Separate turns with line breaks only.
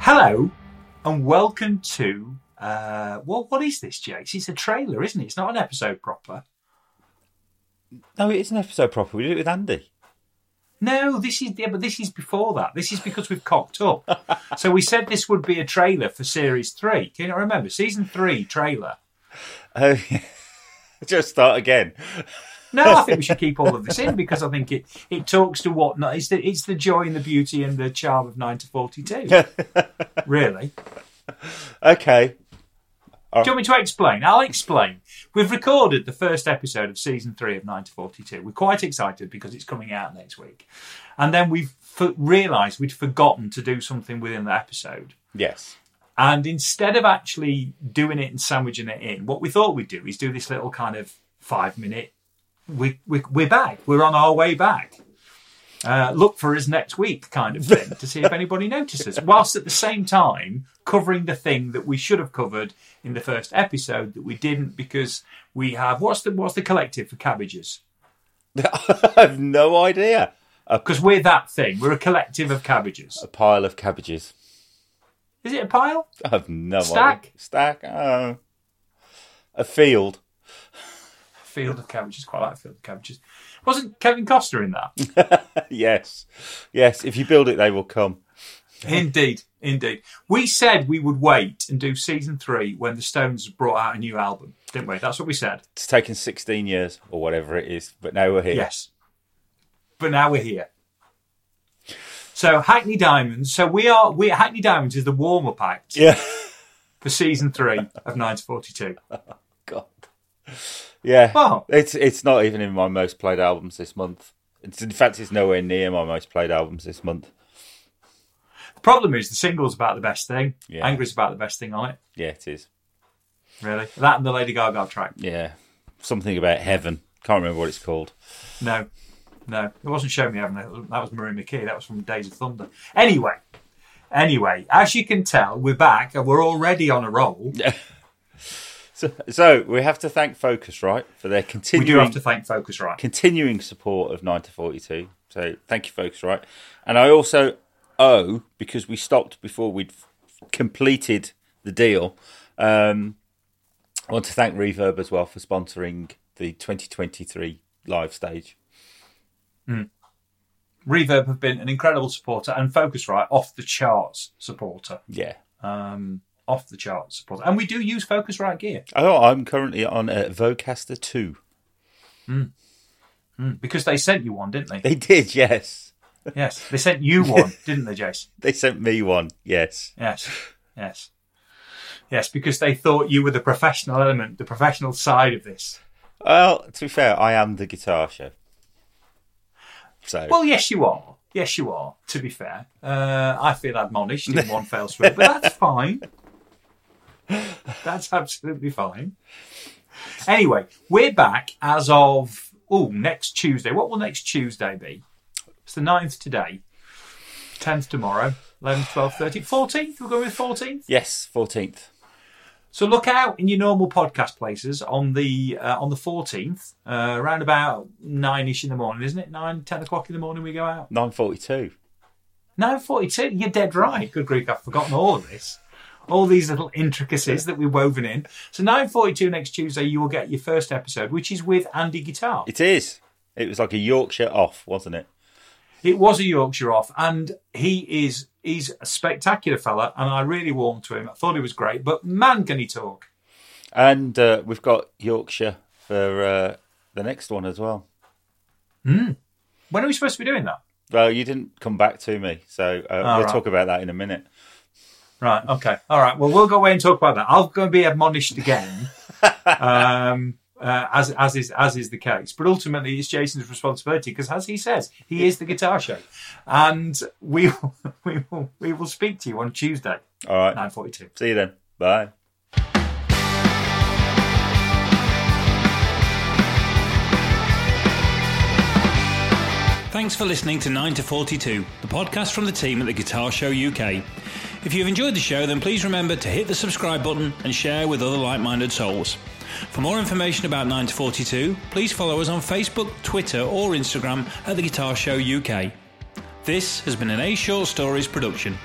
Hello and welcome to uh well what is this, Jakes? It's a trailer, isn't it? It's not an episode proper.
No, it is an episode proper. We did it with Andy.
No, this is yeah, but this is before that. This is because we've cocked up. so we said this would be a trailer for series three. Can you remember? Season three trailer.
Oh, just start again.
No, I think we should keep all of this in because I think it, it talks to what not it's the it's the joy and the beauty and the charm of nine to forty two. really.
Okay.
Do you want me to explain? I'll explain. We've recorded the first episode of season three of 9 to 42. We're quite excited because it's coming out next week. And then we've f- realised we'd forgotten to do something within the episode.
Yes.
And instead of actually doing it and sandwiching it in, what we thought we'd do is do this little kind of five minute. We, we, we're back. We're on our way back. Uh, look for us next week, kind of thing, to see if anybody notices. Whilst at the same time covering the thing that we should have covered in the first episode that we didn't because we have what's the what's the collective for cabbages?
I have no idea.
Because we're that thing. We're a collective of cabbages.
A pile of cabbages.
Is it a pile?
I have no
Stack?
idea. Stack. Oh. A field.
Field of cabbages. Quite like field of cabbages. Wasn't Kevin Costner in that?
Yes. Yes. If you build it, they will come.
Indeed, indeed. We said we would wait and do season three when the Stones brought out a new album, didn't we? That's what we said.
It's taken 16 years or whatever it is, but now we're here.
Yes. But now we're here. So Hackney Diamonds. So we are. We Hackney Diamonds is the warm-up act
Yeah.
for season three of 1942.
God. Yeah.
Wow.
It's it's not even in my most played albums this month. It's, in fact, it's nowhere near my most played albums this month.
The problem is the single's about the best thing.
Yeah.
Angry's about the best thing on it.
Yeah, it is.
Really, that and the Lady Gaga track.
Yeah. Something about heaven. Can't remember what it's called.
No, no, it wasn't Show Me Heaven. That was- That was Marie McKee. That was from Days of Thunder. Anyway, anyway, as you can tell, we're back and we're already on a roll.
So, so we have to thank Focus, right, for their
We
continuing
do have to thank Focusrite.
continuing support of 9 to 42. So thank you, folks, right? And I also owe, because we stopped before we'd f- completed the deal, um, I want to thank Reverb as well for sponsoring the 2023 live stage.
Reverb have been an incredible supporter and Focusrite off the charts supporter.
Yeah.
Um, off the charts supporter. And we do use Focusrite gear
Oh, I'm currently on a Vocaster 2.
Mm, because they sent you one, didn't they?
They did, yes.
Yes, they sent you one, didn't they, Jason?
They sent me one, yes.
Yes, yes, yes, because they thought you were the professional element, the professional side of this.
Well, to be fair, I am the guitar show. So,
Well, yes, you are. Yes, you are. To be fair, uh, I feel admonished in one fell swoop, but that's fine. That's absolutely fine. Anyway, we're back as of oh next Tuesday. What will next Tuesday be? It's the 9th today, tenth tomorrow, 11th, 12th, 13th, 14th. We're going with 14th.
yes, 14th.
So look out in your normal podcast places on the uh, on the fourteenth, uh, around about nine ish in the morning, isn't it? Nine, ten o'clock in the morning, we go out.
9.42.
Nine forty-two. You're dead right. Good grief, I've forgotten all of this, all these little intricacies that we've woven in. So nine forty-two next Tuesday, you will get your first episode, which is with Andy Guitar.
It is. It was like a Yorkshire off, wasn't it?
It was a Yorkshire off, and he is he's a spectacular fella, and I really warmed to him. I thought he was great, but man, can he talk!
And uh, we've got Yorkshire for uh, the next one as well.
When are we supposed to be doing that?
Well, you didn't come back to me, so uh,
All
we'll
right.
talk about that in a minute.
Right. Okay. All right. Well, we'll go away and talk about that. I'll go and be admonished again, um, uh, as as is as is the case. But ultimately, it's Jason's responsibility because, as he says, he is the guitar show, and we will, we will we will speak to you on Tuesday,
All right.
nine forty two.
See you then. Bye.
Thanks for listening to 9 to 42, the podcast from the team at the Guitar Show UK. If you've enjoyed the show, then please remember to hit the subscribe button and share with other like minded souls. For more information about 9 to 42, please follow us on Facebook, Twitter, or Instagram at the Guitar Show UK. This has been an A Short Stories production.